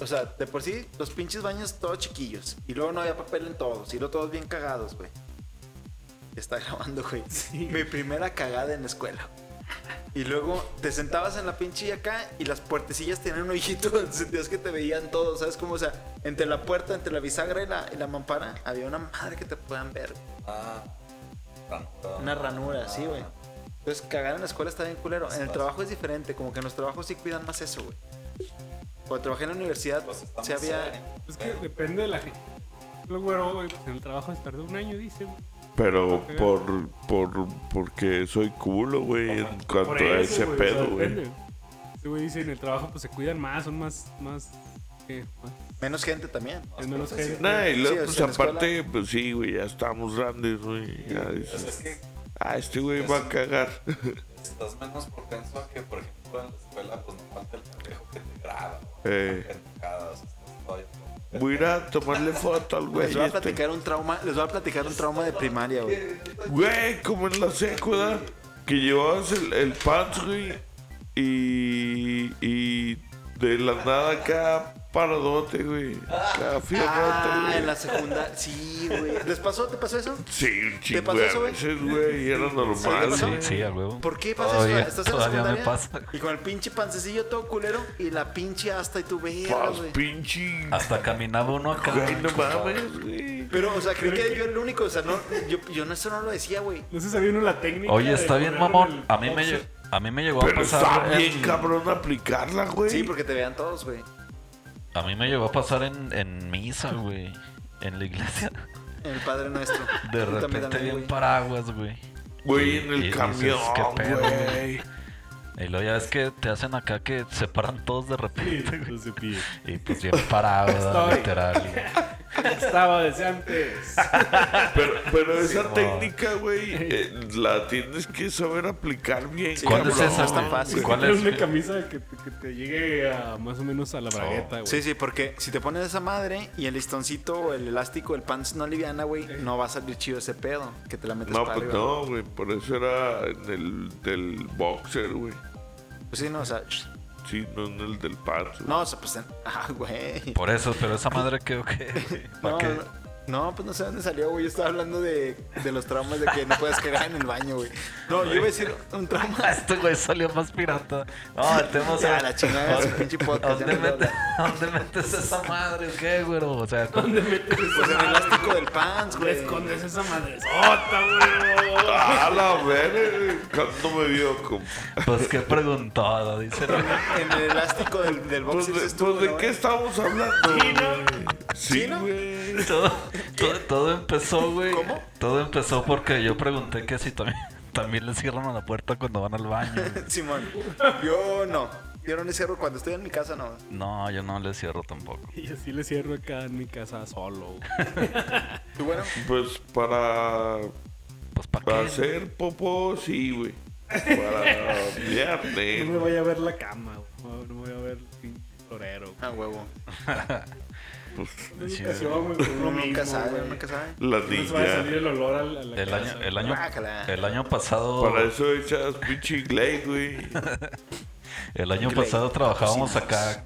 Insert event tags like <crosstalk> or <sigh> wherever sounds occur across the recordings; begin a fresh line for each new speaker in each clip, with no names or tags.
O sea, de por sí, los pinches baños todos chiquillos. Y luego no había papel en todos. Y luego todos bien cagados, güey. Está <laughs> grabando, güey. Mi primera cagada en la escuela. Y luego te sentabas en la pinche acá y las puertecillas tenían un hoyito <laughs> donde sentías que te veían todos, ¿sabes? Como, o sea, entre la puerta, entre la bisagra y la, y la mampara, había una madre que te puedan ver.
Ah, tanto.
Una ranura,
ah,
sí, güey. Entonces, cagar en la escuela está bien culero. En el
Pasa.
trabajo es diferente, como que en los trabajos sí cuidan más eso, güey. Cuando trabajé en la universidad,
Pues está
sí
más
había...
serio.
Es que depende de la gente. Lo güero, güey, pues en el trabajo se tardó un año, dice, güey.
Pero
Ok.
por, por, porque soy culo, güey, en cuanto
Por
a
eso,
ese
güey, o sea,
pedo, güey.
depende. Ese güey dice en el trabajo pues se cuidan más, son más, más, ¿qué? Más-
Menos gente también.
es menos gente.
Nah, y
Sí,
luego,
o
pues
sea, en la
aparte, pues sí, güey, ya estamos grandes, güey. Ya
Pues es
dices,
que
ah, este güey va a cagar.
estás menos propenso a que, por ejemplo, en la escuela, pues no falta el pendejo que te graba. este,
Eh.
Pendejada, o sea, estás todavía como-
Voy a ir a tomarle foto al
Les
güey.
voy Pues a
este.
platicar un trauma, les voy a platicar un trauma de primaria, güey.
Güey, como en la sécula, que llevabas el, el pants, güey, y, y de la nada acá paradote, güey. Acá fierrote,
Ah,
güey.
en la secundaria. Sí, güey. ¿Les pasó? ¿Te pasó eso?
Sí, un
¿Te
chingo
pasó
de
eso, güey?
veces, güey, y era normal,
pasó?
güey.
Sí, al huevo.
¿Por qué pasa
Todavía-
eso? Estás en la
todavía me
secundaria
pasa.
Y con el pinche pancecillo todo culero y la pinche hasta y tu verga,
Pas,
güey.
pinche.
Hasta caminaba uno acá.
Güey, no mames, güey.
Pero, o sea, creo que yo era el único. O sea, no, yo, yo no, eso no lo decía, güey.
No se sabía uno la técnica.
Oye,
de
está bien,
correr en
mamón.
el
A mí me,
boxer.
lle- a mí me llegó a
Pero
pasar.
está bien
en-
cabrón aplicarla, güey.
Sí, porque te vean todos, güey.
a mí me llegó a pasar en, en misa, güey. En la iglesia.
El Padre Nuestro.
De
<laughs> Tú también,
repente
también,
bien
güey.
paraguas, güey.
Güey, en
Y- y
el
dices,
camión,
"Qué pedo,
güey.
Y luego ya ves que te hacen acá que se paran todos de <laughs> repente. güey.
Los de pie.
Y pues bien parado,
<laughs>
Estoy.
literal.
Estaba desde antes.
Pero, pero esa
no.
técnica, güey, eh, la tienes que saber aplicar bien.
Sí,
¿Cuál
cabrón,
es
<laughs>
esa?
no es tan
güey?
fácil.
¿Cuál
Era una
es?
camisa que te, que te llegue a, más o menos a la bragueta, güey.
Sí, sí, porque si te pones esa madre y el listoncito o el elástico, el pants no liviana, güey, no va a salir chido ese pedo que te la metes
No,
para
pues
arriba.
no, güey. Por eso era en el del boxer, güey.
Pues sí, no, o sea,
Sí, no en el del pato.
<laughs> no, o sea, pues, ah, güey.
Por eso, pero esa madre creo
<laughs>
que. ¿Para
No,
qué?
no, no, pues no sé dónde salió, güey. Yo estaba hablando de, de los traumas de que no puedes cagar en el baño, güey. No, yo iba a decir un trauma.
<laughs> Este güey salió más pirata. No, el tema o sea,
Ya, la chingada de su pinche podcast, ya
¿Dónde,
no lo
mete- <laughs> ¿Dónde metes esa madre? o ¿Qué, güey? O sea,
¿Dónde metes esa
Pues el elástico del pants,
¿Dónde
güey.
escondes esa madresota, güey?
¡A la verga! ¿Cuándo me vio? compa?
pues qué preguntado, dice. el güey.
En el elástico del, del
Pues
box.
de, pues, ¿de
¿eh?
qué estamos hablando? güey? Sí,
¿Sí, no?
güey.
Todo, todo, todo empezó, güey.
¿Cómo?
Todo empezó porque yo pregunté que si también, <laughs> también le cierran a la puerta cuando van al baño. güey.
<laughs> Simón, yo no. Yo no le cierro cuando estoy en mi casa, no.
No, yo no le cierro tampoco.
Y así le cierro acá en mi casa solo. güey.
¿Tú, bueno?
Pues para,
Pues para
para
Ah,
qué.
hacer popó, sí, güey. Para
<laughs>
No me
viernes.
vaya a ver la cama, güey. No me vaya a ver el pinche florero.
Ah, huevo.
Una
Sí,
educación, güey, con
Uno
uno
nunca
mismo,
sabe,
güey.
uno nunca sabe.
La
No se va a salir
niña.
el olor a la, a la
El
casa,
año, el año,
Guácala.
el año pasado.
Para eso echas pinche inglés,
<laughs>
güey.
El año
Porque le-
pasado trabajábamos
cocinas.
acá,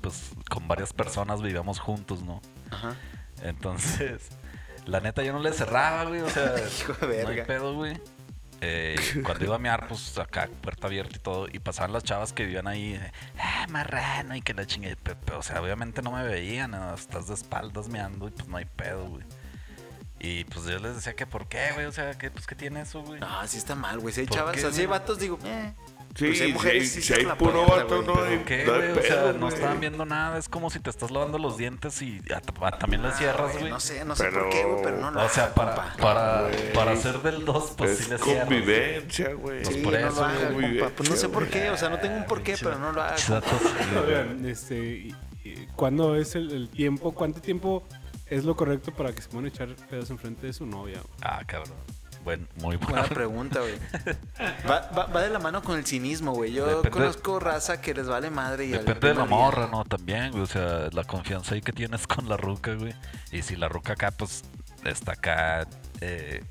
pues con varias personas vivíamos juntos, ¿no?
Ajá.
Entonces, <laughs> la neta yo no le cerraba, güey, o sea,
<laughs> Hijo de
no hay
verga.
pedo, güey. Eh, cuando iba a mear, pues acá, puerta abierta y todo, y pasaban las chavas que vivían ahí, eh, ah, marrano, y que la chingue, o sea, obviamente no me veían, nada, estás de espaldas meando, y pues no hay pedo, güey. Y pues yo les decía que por qué, güey, o sea, que pues que tiene eso, güey.
No, sí está mal, güey. Si hay
¿Por
chavas,
qué,
así hay
güey?
vatos, digo, eh.
Sí,
Pues hay mujeres sí
sí, si
se
hay
la
puro
puerta,
vato,
güey,
no
pero
hay,
¿Qué,
no hay
güey? O sea,
pedo,
no
güey.
estaban viendo nada. Es como si te estás lavando los dientes y a- a- también le
Ah,
cierras,
güey,
güey.
No sé, no sé
Pero-
por qué, güey, pero no lo
o sea,
hagas,
para,
compa.
para,
Güey.
para hacer del 2, pues sí le
es
cierras.
convivencia, güey.
Pues
Sí,
por
no
eso,
lo hagas,
güey,
compa. Pues no sé
güey.
por qué, o sea, no tengo un por qué, pero no lo hagas.
Pinches datos.
Oigan, este, y- y ¿cuándo es el, el tiempo? ¿Cuánto tiempo es lo correcto para que se puedan echar pedos enfrente de su novia? güey?
Ah, cabrón. Bueno, muy buena.
Buena pregunta, güey. Va, va- va de la mano con el cinismo, güey. Yo
Depende-
conozco raza que les vale madre <laughs> y al
Depende de la
primer día-
morra, ¿no? También, güey. O sea, la confianza ahí que <laughs> tienes con la ruca, güey. Y si la ruca acá, pues, está acá eh,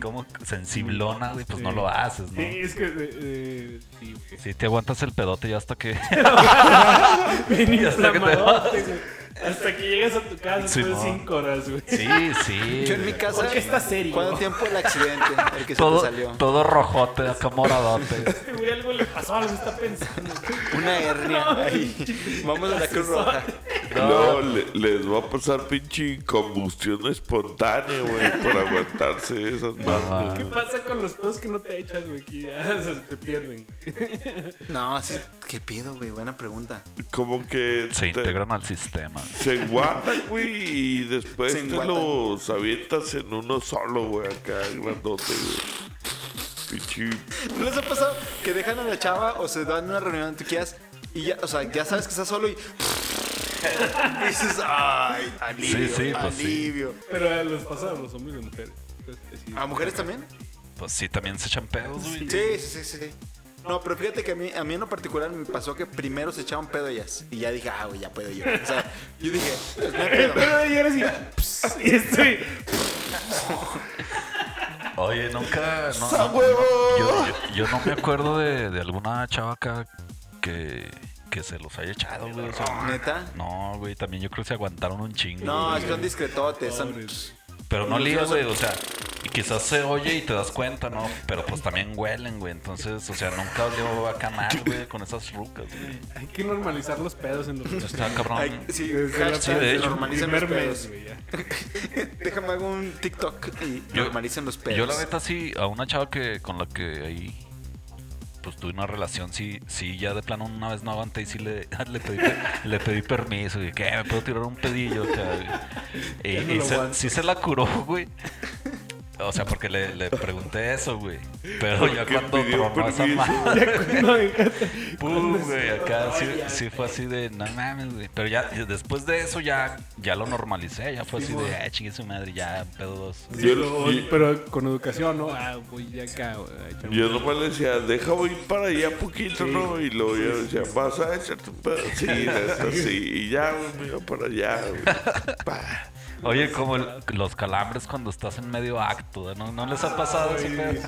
como sensiblona, güey, pues no lo haces, ¿no?
Sí, es que. eh, eh, sí, güey.
Sí, te aguantas el pedote ya hasta que.
<laughs>
<laughs>
Bien
Y hasta que te
inflamadote, güey. Hasta que llegas a tu casa
Sí,
después de
no.
5 horas, güey.
Sí, sí.
Yo en mi casa.
Porque está serio.
¿Cuánto tiempo el accidente? El que se te
todo,
salió.
todo rojote, acá moradote.
<laughs> Este güey algo le pasó, algo está pensando.
Una
<laughs>
hernia. ahí. Vamos a la Cruz
<laughs>
Roja.
No, le- les va a pasar pinche combustión espontánea, güey, por aguantarse esas madres.
¿Qué pasa con los pedos que no te echas, güey? Que ya se te pierden.
No, sí. ¿Qué pido, güey? Buena pregunta.
Como que
Se
te-
integran al sistema. güey.
se guardan, güey, y después
Se
te
enguatan.
los avientas en uno solo, güey, acá, grandote, güey. Pinche
¿No les ha pasado que dejan a la chava o se dan una reunión donde tú quieras y ya, o sea, ya sabes que estás solo y. <laughs> y dices, ay, alivio,
Sí, sí, pues sí.
alivio.
Pero eh, les pasa a los hombres y a mujeres. Entonces, sí.
¿A mujeres también?
Pues sí, también se echan pedos, güey.
Sí, sí, sí, sí. No, pero fíjate que a mí, a mí en lo particular me pasó que primero se echaban pedo ellas. Y ya dije, ah, güey, ya puedo yo. O sea, yo dije, pues, no hay
Eh,
pedo.
<laughs>
Pero ayer así. pss, Y estoy.
Oye, nunca. No, no, no, yo, yo- yo no me acuerdo de, de alguna chava acá que, que se los haya echado, güey. o sea,
¿Neta?
no, güey, también yo creo que se aguantaron un chingo.
No,
güey.
son discretotes. Son...
Pobres.
Pero no
Y
ligas,
nosotros-
güey, o sea, y quizás se oye y te das cuenta, ¿no? Pero pues también huelen, güey, entonces, o sea, nunca olió acá mal, güey, con esas rucas, güey.
Hay que normalizar los pedos en los
Está cabrón.
Ay, sí,
Desde la-
hashtag
Sí, de hecho,
normalicen los
primer mes,
pedos.
güey. ya.
Déjame hago un TikTok y
Yo-
normalicen los pedos.
Yo
Pues.
la neta sí, a una chava que con la que ahí pues tuve una relación, sí, sí, ya de plano una vez no aguanté y sí le, <laughs> le, pedí, per- le pedí permiso, y que "Eh, me puedo tirar un pedillo, O sea,
<laughs>
güey.
Ya
Y,
no
y
lo
se-
aguanto.
sí se la curó, <laughs> güey. O sea, porque le, le pregunté eso, güey. Pero ya
Porque
cuando
pidió
tronó esa
permiso.
<laughs>
madre,
Ya cuando dejaste-
<laughs> Pum, güey,
se-
acá sí,
Ay, ya.
sí fue así de, no mames, güey. Pero ya después de eso ya, ya lo normalicé, ya fue así de, ah, chingue su madre, ya, pedo dos.
Yo-
Sí, lo-
yo-
pero con educación, ¿no? Ah, voy ya acá. güey, a echarme
Yo
un-
nomás le decía, deja voy para allá poquito, ¿no? Y luego yo decía, vas a echarte un pedacito,
<laughs>
así. Y ya, güey, me iba para allá, güey. Pa.
Oye, como el- los calambres cuando estás en medio acto, ¿no? ¿No les ha pasado ese pedo?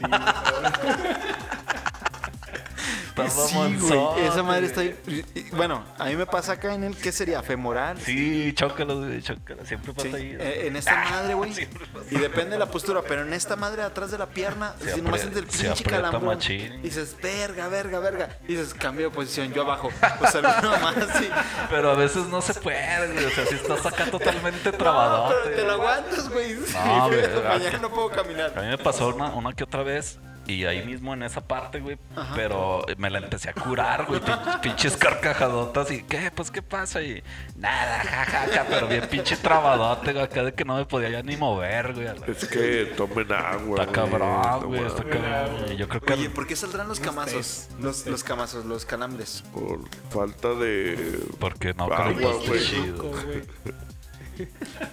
Estás
Eh, Sí,
mamonzón.
güey. Esa madre está ahí. Y- y- Bueno, a mí me pasa acá en el, ¿qué sería? Femoral.
Sí, chócalos, güey, chócalos. Siempre pasa
Sí,
ahí.
eh, en esta madre,
<laughs>
güey.
siempre pasa.
Y depende de la postura, pero en esta madre atrás de la pierna,
Se
si nomás
apre-
sientes el
se
pinche
aprieta
calambrón.
machín.
Y dices, verga, verga, verga. Y dices, cambio de posición, yo abajo. O sea, <laughs> no nomás
<laughs>
sí.
Pero a veces no se puede, güey. O sea, si estás acá totalmente
No,
trabado.
pero te lo aguantas, güey. Sí,
No, güey,
Mañana
hasta-
no puedo
A
caminar.
mí me pasó una, una que otra vez y ahí mismo en esa parte, güey. Pero me la empecé a curar, güey. pin- pinches carcajadotas y qué, pues qué pasa y nada, jajaja. pero bien pinche trabadote, güey. Acá de que no me podía ya ni mover, güey. a la-
Es que tomen agua,
Está cabrón,
no
güey. Está
mames,
cabrón. Yo creo que
Oye, ¿por qué saldrán los camazos? Los, los camazos, los calambres.
Por falta de...
porque no
Agua,
calentaste
Ah, güey.
chido.
güey.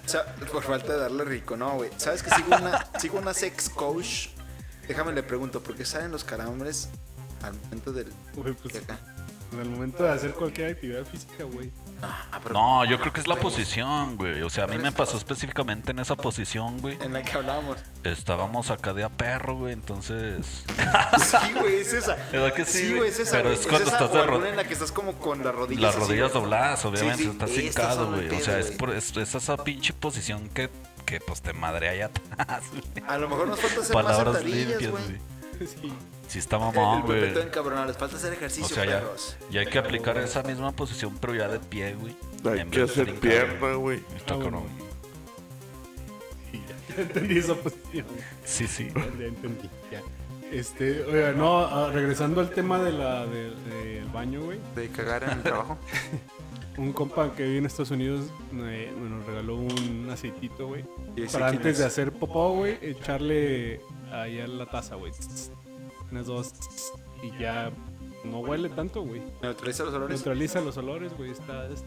O sea, por falta de darle rico, no, güey. ¿Sabes que sigo una, <laughs> sigo una sex coach? Déjame le pregunto, ¿por qué salen los calambres al momento del.
Güey, pues,
de acá?
en el momento de hacer cualquier actividad física, güey. <laughs>
Ah, pero
No, yo creo que es la posición, güey. O sea, a mí me pasó específicamente en esa posición, güey.
en la que
<laughs>
hablábamos.
Estábamos acá de a perro, güey. Entonces.
Sí, güey, es esa.
¿Verdad que sí,
güey, es esa.
pero
güey.
es cuando
esa
estás
o
de
alguna
ro-
en la que estás como con las rodillas.
Las
así,
rodillas
güey.
dobladas, obviamente,
Sí, sí,
estás
estas son
hincado,
el
güey. O
pedo,
sea, es,
güey.
por, es, es esa pinche posición que, que pues te madrea allá atrás, <laughs> güey.
A lo mejor nos falta hacer más
Palabras
sentadillas,
limpias,
güey.
güey.
Sí.
Sí está
El
mamón, güey.
perpetuo encabronado. Les falta hacer ejercicio,
O sea, ya,
perros.
ya hay que aplicar esa misma posición, pero ya de pie, güey.
Hay
En
que
vez de
hacer
brincar,
pierna, güey.
güey. Está
Ah, bueno.
cabrón.
Sí, ya, ya entendí esa posición.
Sí, sí.
Ya, ya entendí. Ya. Este, oiga, no, ah, regresando al tema de la, de- del baño, güey.
De cagar en el trabajo.
<laughs> Un compa que vive en Estados Unidos me, me nos regaló un aceitito, güey.
Y ese
Para
quién
antes de
es.
hacer popó, güey, echarle ahí a la taza, güey. Unas dos. Y ya no huele tanto, güey.
Neutraliza los olores.
Neutraliza los olores, güey. Está, está,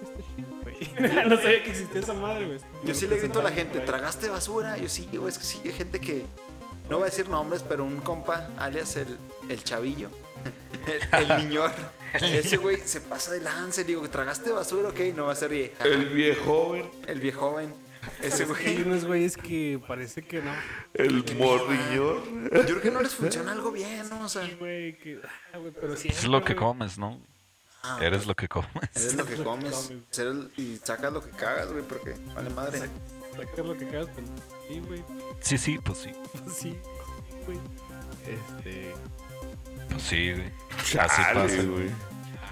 está chido, güey. <laughs> no sabía que existía esa madre, güey.
Yo sí le grito a la gente, ¿tragaste basura? Yo sí, güey, es que sí, hay gente que. No voy a decir nombres, pero un compa, alias el, el chavillo, <laughs> el, el niñor. Ese güey se pasa de lance, le digo, ¿tragaste basura? Ok, no va a ser
El viejo, güey.
el viejo joven. Ese
Es que Hay
güey.
unos güeyes que parece que no.
El morriñón.
Yo creo que no les funciona algo bien, ¿no? O sea,
Sí, güey, que. ah, güey, pero
Pues Es lo que
siempre, güey.
comes, ¿no? Eres lo que comes.
ah,
<laughs>
eres lo que
Lo que
comes.
comes.
eres- y sacas lo que cagas, güey, porque vale madre.
Sacas lo que cagas, pues, Sí, güey. <laughs>
Sí, sí, pues sí.
pues sí, güey. Este.
Pues sí, güey. Así
Chale,
pasa,
güey.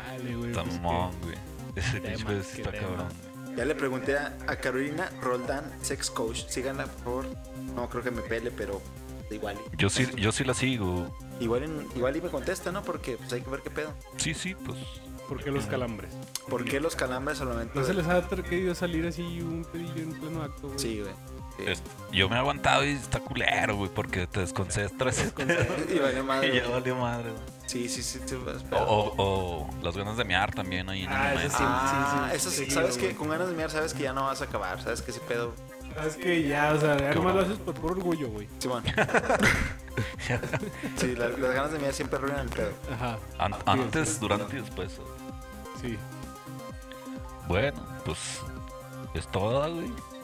Dale, güey. pues, que-
Tamón, güey. Ese pinche
tema,
pedo sí
qué
está
tema.
cabrón, güey.
Ya le pregunté a, a Carolina Roldán, sex coach. Síganla, por favor. No creo que me pele, pero igual. y-
Yo sí, yo sí la sigo.
Igual, y- igual y me contesta, ¿no? Porque pues, hay que ver qué pedo.
Sí, sí, pues.
¿Por qué los calambres?
¿Por qué los calambres al momento
¿No se
de-
les ha tra- querido salir así un pedillo en pleno acto, güey?
Sí, güey.
es- yo me he aguantado y está culero, güey, porque te desconcentras.
<laughs> Y vale madre.
<laughs> y ya Oh,
güey.
valió madre, güey.
Sí, sí, sí. sí, pues,
O,
pero-
o, o las ganas de mear también ahí. no
Ah,
mames.
eso sí.
Ah,
sí,
eso sí,
sí,
sabes
güey.
que con ganas de mirar sabes que ya no vas a acabar, sabes que ese pedo,
Ah, Es que ya, o sea, ya nomás
bueno.
lo haces por puro orgullo, güey.
<laughs>
Simón. sí, la- las ganas de mirar siempre arruinan el pedo.
Ajá.
An-
Sí,
antes,
sí,
durante y después.
Sí.
Bueno, pues es toda, güey.